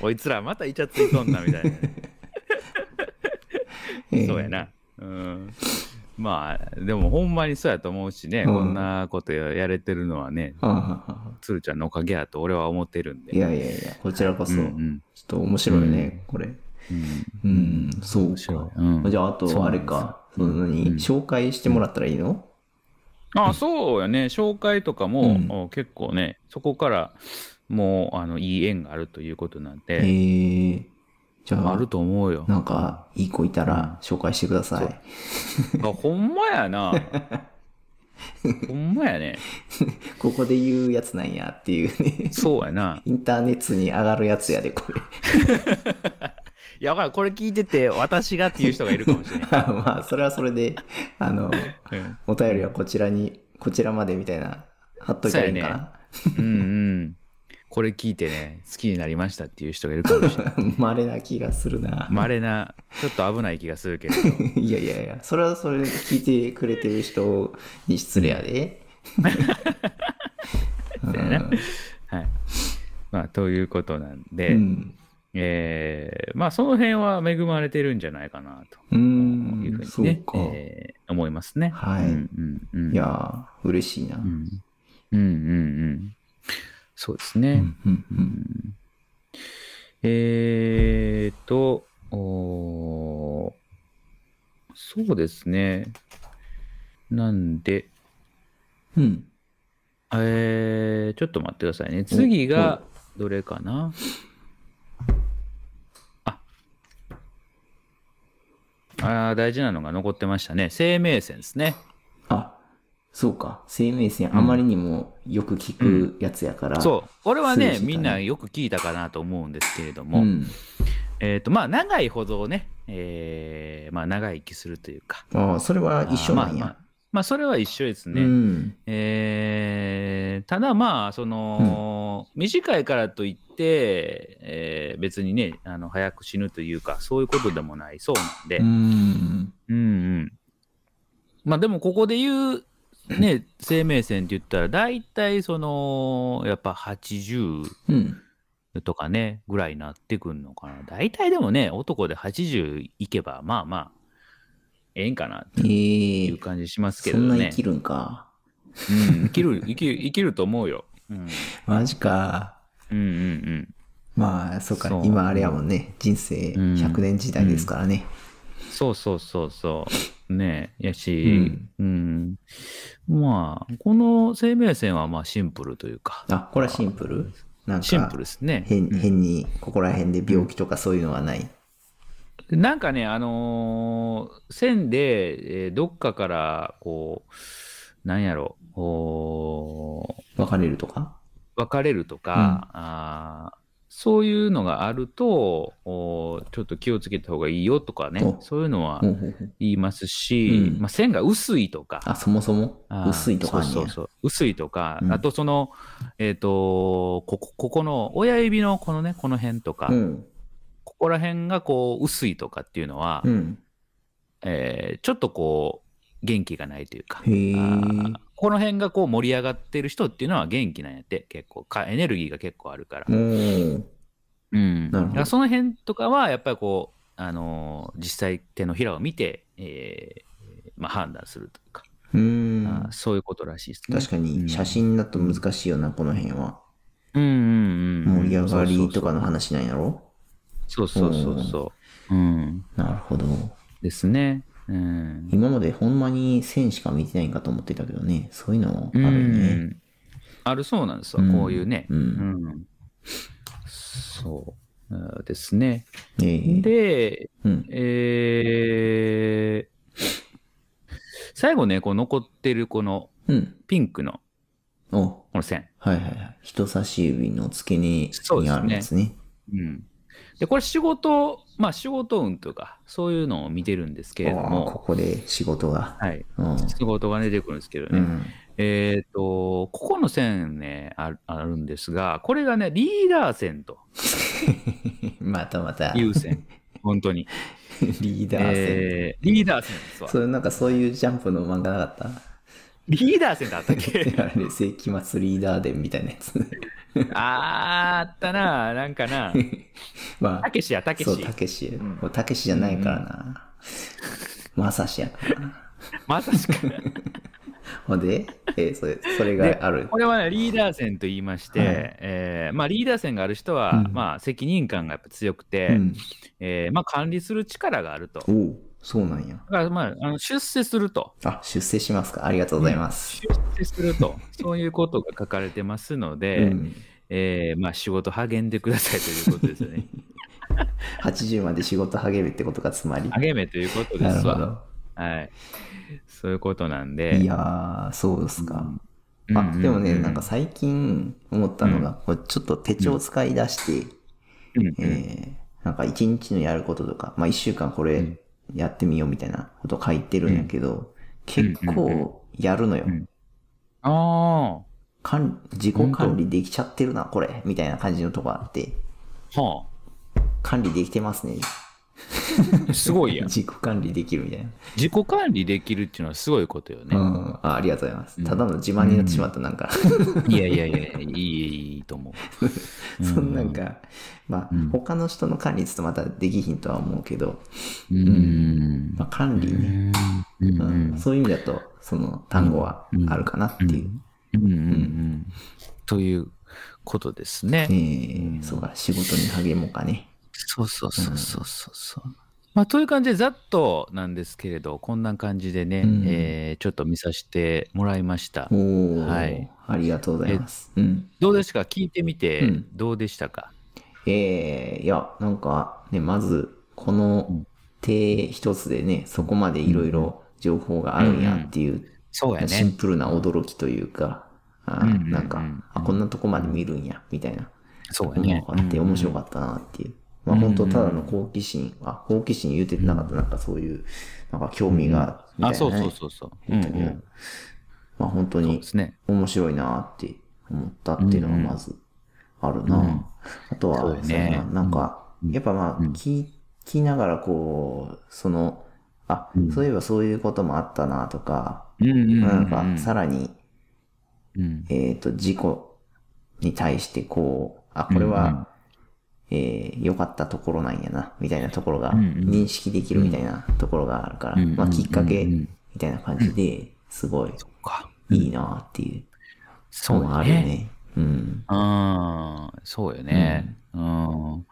こいつらまたイチャついとんなみたいな。そうやな。うん。まあ、でもほんまにそうやと思うしね、
うん
こんなことやれてるのはね、
うん。うんうん
鶴ちゃんのおかげやと俺は思ってるんで。
いやいやいや、こちらこそ、
うんう
ちょ
ん
っと面白いね、これ。
うん
うん、そう
白
か
い。うん
じゃあ、あ
そう
と、
な
あ
んで
れ
す
か、その何、
うん
紹介してもらったらいいの
あそうやね、紹介とかも、
うん
お結構ね、そこからもうあのいい縁があるということなん
へえ
で、
じゃあ、
あると思う よ。
なんか、いい子いたら紹介してください。
あほんまや な。ほんまやね。
ここで言うやつなんやっていうね。
そうやな。
インターネットに上がるやつやで、 これ。
いや、わからんこれ聞いてて、私がっていう人がいるかもしれない。
まあ、それはそれで、あの、
うん
お便りはこちらに、こちらまでみたいな、貼っといたらいいんかな。
うんうん。これ聞いてね、好きになりましたっていう人がいるかもしれない。
稀な気がするな。
稀な、ちょっと危ない気がするけれど。
いやいやいや、それはそれで聞いてくれてる人に失礼やで。
はい。まあ、ということなん
う
で、
ん。
えーまあ、その辺は恵まれてるんじゃないかな
うー、
というんふ
そうう
にね、
か。
えー思いますね。
はい
うんうんうん。
いやー、嬉しいな。う、
うんん、うんうんうん。そうですね。
うん、うん。
えーっと、おーそうですね。なんで、
うん。
えー、ちょっと待ってくださいね。次が、どれかなあ。あー大事なのが残ってましたね。生命線ですね。
あ、そうか。生命線、あまりにもよく聞くやつやから。
そう。これは
数字
ね、
だね
みんなよく聞いたかなと思うんですけれど
う
も、
ん。
えーっと、まあ、長いほどね、えーまあ、長生きするというか、
ああ、それは一緒なん
まあま
や
あ。まあそれは一緒ですね。
うん。
えーただまあその、短いからといって、えー別にねあの早く死ぬというかそういうことでもないそうなんで、
う
うん
ん。
うんまあでもここで言う、ね、生命線って言ったら大体そのやっぱ80
うん。
とかねぐらいになってくるのかな大体でもね男で80いけばまあまあええんかなって
ええ
いう感じしますけ
そ
どね。
んな生きるんか。
うん、生きる、生きる、生きると思うよ。うん、
マジか。
うん、うん、
まあ、そうか。
そう
今あれやもんね。人生
うん
100年時代ですからね。
うん。そうそうそうそう。ねえ、やし、うん、まあ、この生命線はまあシンプルというか、
あ、これはシンプルなん
シンプ
か
ルですね。
変変にここら辺で病気とかそういうのはない。
なんかね、あのー線で、えーどっかから、こう、なんやろ、お
別れるとか
ー別れるとか、あーそういうのがあるとおーちょっと気をつけた方がいいよとかね
お、
そういうのは
ほうほうほう
言いますし、
うん
まあ、線が薄いとか、
あ、そもそも
あー
薄いとかあんねや
そうそうそう薄いとか、
うん
あとその、えっ、とここ、ここの親指のこのね、この辺とか、
うん。
ここら辺がこう、薄いとかっていうのは、
うん。
えーちょっとこう、元気がないというか、
へえ。
あーこの辺がこう盛り上がってる人っていうのは元気なんやって、結構か、エネルギーが結構あるから。
おー
うん。
なるほど
だからその辺とかは、やっぱりこう、あのー実際手のひらを見て、えーまあ、判断するというか、
うー
あ
ん
ー。そういうことらしいですね。
確かに写真だと難しいよな、この辺は。
うんうんうん、
盛り上がりとかの話なんやろ
そうそうそうそう。うん。
なるほど。
ですね。うん。
今までほんまに線しか見てないんかと思ってたけどね、そういうのもあ
う
るよね。
んあるそうなんですわ、
うん
こういうね。
うん
うんそうあーですね。
ええ
で、
うん。
えー最後ね、こう残ってるこの
うん。
ピンクの
お、
この線。
はいはいはい。人差し指の付け根にあるんですね。
うんで、これ仕事、まあ仕事運というか、そういうのを見てるんですけれど
あーこ
も、
こで仕事が。
はい。
うん。
仕事が出てくるんですけど
う
ね。
ん。
えっ、と、ここの線ねある、あるんですが、これがね、リーダー線と
またまた。
い
リ
う 線。本当に。
ーダー線。
えーリーダー線ですわ
そ。れなんかそういうジャンプの漫画 なかっ
リーダー線だったっけ
たあれ、世紀末リーダー伝みたいなやつ。
あーあったな、なんかな。
ま
た
あ、
けしや、たけ
そう、
し。
たけし
ん。
俺たけしじゃないからな。まさしやからな。
まさしく。
ほんで、えーそれ、それがある
こ。れはね、リーダー線と言いまして、
はい
えーまあ、リーダー線がある人は、
うん
まあ、責任感がやっぱ強くて、
うん。
えーまあ、管理する力があると。だ
おうそうなんや。
から、まあ、あの出世すると。
あ、出世しますか。ありがとうございます。
出世すると、そういうことが書かれてますの
う
で、
ん。
えーまあ、仕事励んでくださいということですよ ね。
80まで仕事励めってことがつまり。
励めということで
なる
す
ほ
わ。
ど。
はい。そういうことなんで。
いやー、そうですか。
うん、
あ、でもね、
う
なんか、最近思ったのが、これちょっと手帳使い出して、
うんうん
えーなんか一日のやることとか、まあ一週間これやってみようみたいなこと書いてるんやけど、結構やるのよ。
うんあ
管自己管理できちゃってるな、これ、みたいな感じのとこあって、
あ、は
管理できてますね。
あ、すご いやん。
自己管理できるみたいな。
自己管理できるっていうのはすごいことよ
う
ね。
ん。あありがとうございます。ただの自慢になってしまった、なんか。
いやいやいや、いい、いいと思う。
そんなんか、まあ、他の人の管理ちょっとまたできひんとは思うけど、
うん。うん。
まあ、管理ね、
うん。うん。う
うん
ん
そういう意味だと、その単語はあるかなっていう。
うんうん。ということですね。
えーそうか、仕事に励もうかね。
そうそうそうそうそうそう。まあ、という感じで、ざっとなんですけれど、こんな感じでね、
うん
えーちょっと見させてもらいました。
おお、
はい
ありがとうございます。うん。
どうですか聞いてみ
う
て
ん、
どうでしたか、
えーいや、なんか、ね、まず、この手一つでね、そこまでいろいろ情報があるんやっていう、
そうや
シン
ね。
プルな驚きというか、
う
あ
ん
ー
うんうん
なんか、あ、こんなとこまで見るんや、みたいな。
そうや
の
ね
が。あって面白かったなっていう。まあ本当ただの好奇心、あ、好奇心言うてなかった、なんかそういう、なんか興味が、みたいな、ね。
あ、そうそうそうそう。うんうん
うんまあ本当
そう
に
ですね。
面白いなって思ったっていうのがまずあるな。
うん
あとは、
そうだね
そうやななんか、やっぱまあ、聞きながらこう、その、あ、そういえばそういうこともあったなとか、
うんうんうん
なんかさらに、
うん。
えっ、と、事故に対してこう、あ、これは、えー良かったところなんやな、みたいなところが、認識できるみたいなところがあるから、
うん
まあ、きっかけ
うんうん
みたいな感じで、すごい
か
いいなっていう
そう
のが
だ
あるよ
ね。
ね。うん。
うん。そうよね。うん。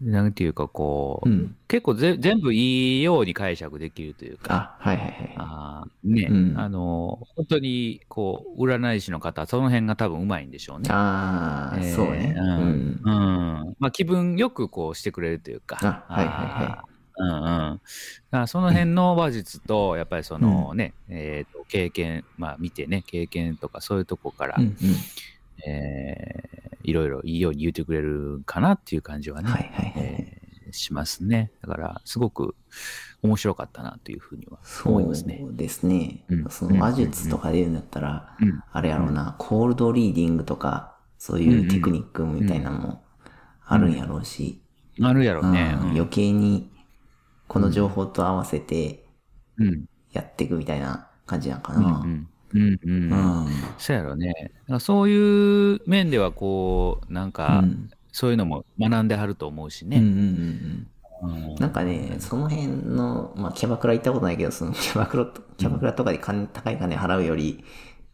なんていうかこ
う
う、
ん。
結構ぜ全部いいように解釈できるというか、
あ、はいはいは
あーね、
うん
あの、本当に、こう、占い師の方、その辺が多分うまいんでしょうね
い。。ああ、
えー
そうね。う
うん
ん。
うん。まあ、気分よくこうしてくれるというか。
あはいはいはい
あーうんうん。だからその辺の話術と、やっぱりそのね、えーと経験、まあ見てね、経験とかそういうとこから、
うん
えーいろいろいいように言ってくれるかなっていう感じは
うん。
ね、
はいはいはいはい。
えーしますね。だから、すごく面白かったなというふうには思いますね。
そうですね
うん
その話術とかで言うんだったら、
うん
あれやろうな、コールドリーディングとか、そういうテクニックみたいなのもあるんやろうし、
あるやろうね。
うん
うん
余計にこの情報と合わせて
うん。
やっていくみたいな感じなんか
うん
な。
うん。うん
う
うん。
ん。
そうやろね。だからそういう面では、こう、なんか、
うん
そういうのも学んではると思うし
うんうん
ね。
うん
うん
なんかね、その辺の、まあ、キャバクラ行ったことないけど、そのキャバクラと、キャバクラとかで金、高い金払うより、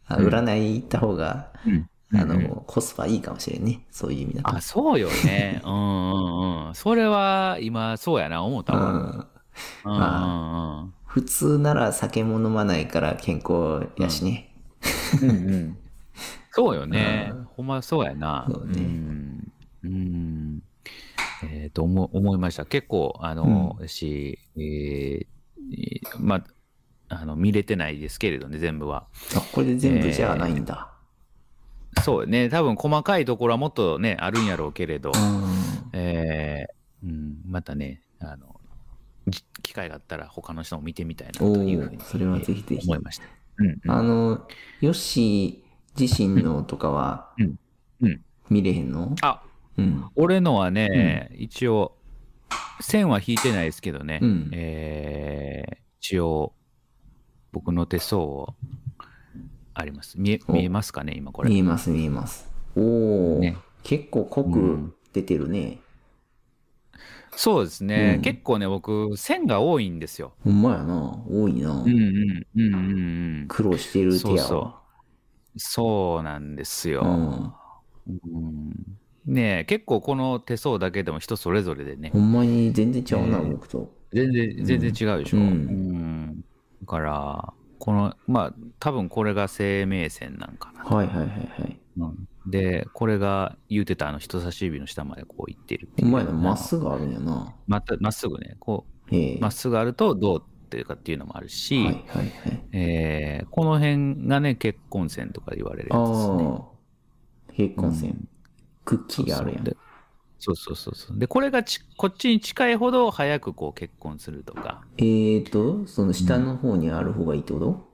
あ占い行った方が、
うん
あ
うん
の、コスパいいかもしれんね。そういう意味だと。
あ、そうよ ね。うんうんうん。それは今、そうやな、思ったわ。
うん。
うんうん
普通なら酒も飲まないから健康やしね。
うんうん。そうよね
うん。
ほんまそうやな。
そうね
ん。うん。えっと、思思いました。結構、あの、し、えーまあ、あの見れてないですけれどね、全部は。
あ、これで全部じゃないんだ。
そうよね、多分細かいところはもっとね、あるんやろうけれど、
うん
えーうん、またねあの、じ機会があったら他の人も見てみたいなと
お
いうふうに
ーそれはぜひぜひ
思い。ました。うんうん
あの、ヨッシー自身のとかは
うんうん、
見れへんの
あ
うん。
俺のはね、一応、線は引いてないですけどね、
うん
えー一応、僕の手相をあります。見え
お
見えますかね、今これ
見。えます、見えます。おお、
ね
結構濃
うん
く出てるね。
そうですね、
うん
結構ね、僕、線が多いんですよ。
ほんまやな、多いな。
うんうんうんうんうん。
苦労してる手やわ。
そうそうなんですよ。
うん。
うんねえ結構この手相だけでも人それぞれでね
ほんまに全然違うな、
えー
僕と。
全然全然違うでしょ、
う
うんんだからこのまあ多分これが生命線なんかな、
はいはいはいはい。
でこれが言うてたあの人差し指の下までこういってるってい
ほ
うん
まやな、まっすぐあるんやな。
またまっすぐねこ
ええ
うまっすぐあるとどうっていうかっていうのもあるし、
はいはいはい。
えーこの辺がね結婚線とか言われる
ああ
やつですね
ー、平行線。クッキーがあるやん。
でそうそうそうそうでこれがちこっちに近いほど早くこう結婚するとか
えーと、その下の方にある方がいいってこと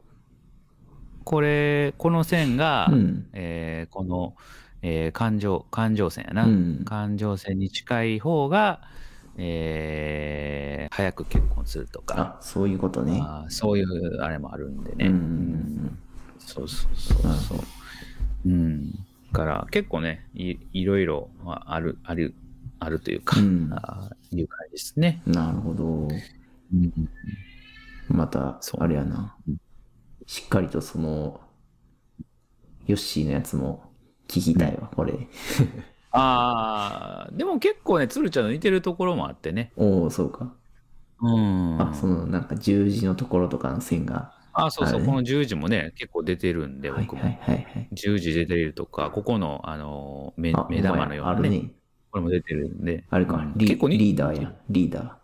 これこの線が、
うん。
えーこの、えー環状環状線やな、
うん
環状線に近い方が、えー早く結婚するとか
あ、そういうことね。
あーそういうあれもあるんでね、
うん
うんそうそうそうそううんだから結構ねいいろいろまああるあるあるというか、
うん
あーいう感じですね、
なるほど。また、
そう
あれやな。しっかりとその、ヨッシーのやつも聞きたいわ、これ。
ああでも結構ね鶴ちゃんの似てるところもあってね
おおそうか。
うん
あ、その、なんか十字のところとかの線が。
あそう
あ
そ
れ
う、
ね
この十字もね、結構出てるんで、
はい
僕
はい
も。
はいはい。
十字出てるとか、ここの、あの、目
あ
目玉のよう
ほ
な
んまやある
ね
ね。
これも出てるんで。
あれか、
うん
リ
結構に
リーダーやん。リーダ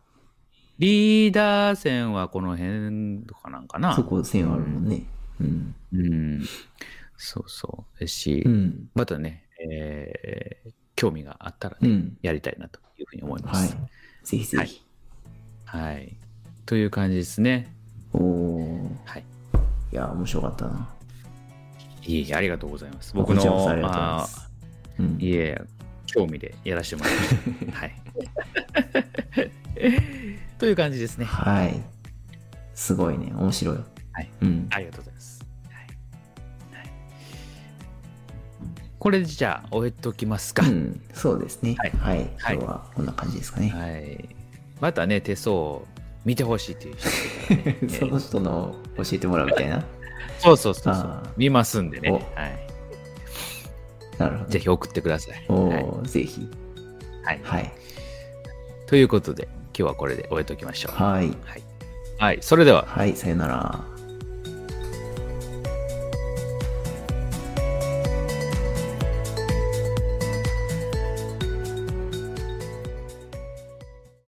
リーダー線はこの辺とかなんか
ー。
な
そ。こ線あるもんね。うん。
うん。そうそう。ですし、
うん。
またね、えー興味があったら
う
ね、
ん。
やりたいなというふうに思いま
はい
す。。
ぜひぜひ。
はい。という感じですね。
おお。
はい。
いや、面白かったな。
いえいえ、ありがとうございます。僕
こ
の、
ちらこそありがとうござい
ま
ま
あ
す。うん
いえ、興味でやらせてもらいました。 はい。 という感じですね。
はい。すごいね。面白いよ。
はい。
うん。
ありがとうございます。はいはい、これでじゃあ、終えときますか。
うんそうですね。
はい
はい。今
はい
日はこんな感じですかね。
はい。またね、手相を見てほしいっていう人、い
その人の教えてもらうみたいな。
そうそうそうそう
あー、
見ますんでね、
お
はい、
なるほど。
ぜひ送ってください。
お
はい
ーぜひ。
はい
はい。
ということで、今日はこれで終えておきましょう。
はい。
はい、それでは。
はい、さよなら。